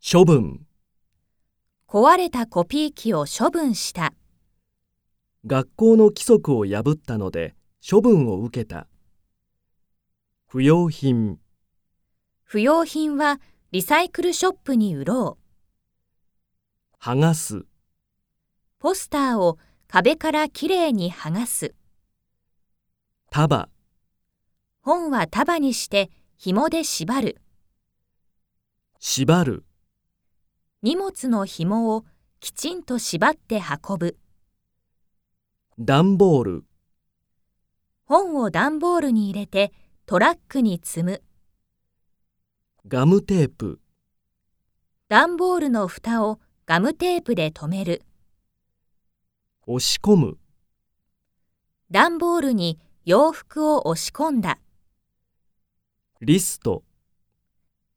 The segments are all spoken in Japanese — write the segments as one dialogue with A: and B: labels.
A: 処分、
B: 壊れたコピー機を処分した、
A: 学校の規則を破ったので処分を受けた。不用品、
B: 不用品はリサイクルショップに売ろう、
A: 剥がす、
B: ポスターを壁からきれいに剥がす、
A: 束、
B: 本は束にして紐で縛る、
A: 縛る、
B: 荷物の紐をきちんと縛って運ぶ、
A: 段ボール、
B: 本を段ボールに入れてトラックに積む、
A: ガムテープ、
B: 段ボールの蓋をガムテープで留める、
A: 押し込む、
B: 段ボールに洋服を押し込んだ、
A: リスト、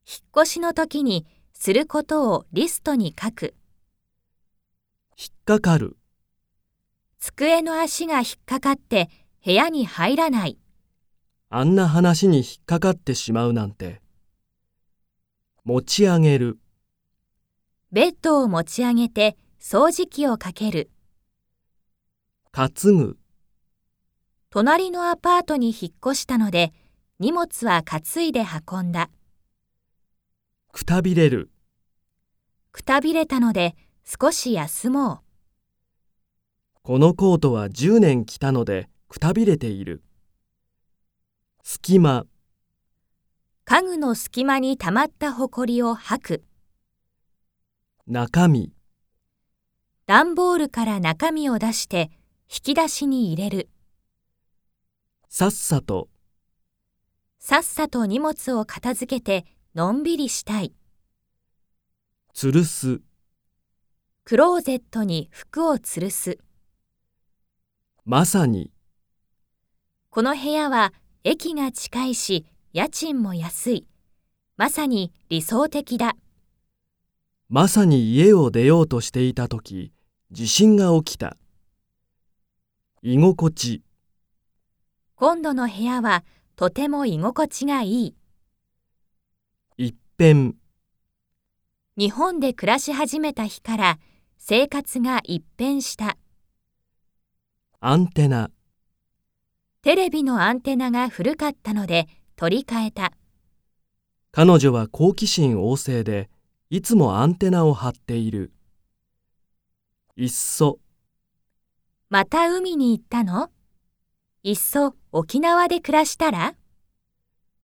B: 引っ越しの時にすることをリストに書く、
A: 引っかかる、
B: 机の足が引っかかって部屋に入らない、
A: あんな話に引っかかってしまうなんて。持ち上げる、
B: ベッドを持ち上げて掃除機をかける、
A: 担ぐ、
B: 隣のアパートに引っ越したので荷物は担いで運んだ、
A: くたびれる、
B: くたびれたので少し休もう、
A: このコートは10年着たのでくたびれている。隙間、
B: 家具の隙間に溜まったほこりを吐く、
A: 中身、
B: 段ボールから中身を出して引き出しに入れる、
A: さっさと、
B: さっさと荷物を片付けてのんびりしたい、
A: 吊るす、
B: クローゼットに服を吊るす、
A: まさに、
B: この部屋は駅が近いし家賃も安い。まさに理想的だ。
A: まさに家を出ようとしていた時地震が起きた。居心地、
B: 今度の部屋はとても居心地がいい。
A: 一変、
B: 日本で暮らし始めた日から生活が一変した。
A: アンテナ、
B: テレビのアンテナが古かったので取り替えた。
A: 彼女は好奇心旺盛で、いつもアンテナを張っている。いっそ、
B: また海に行ったのいっそ沖縄で暮らしたら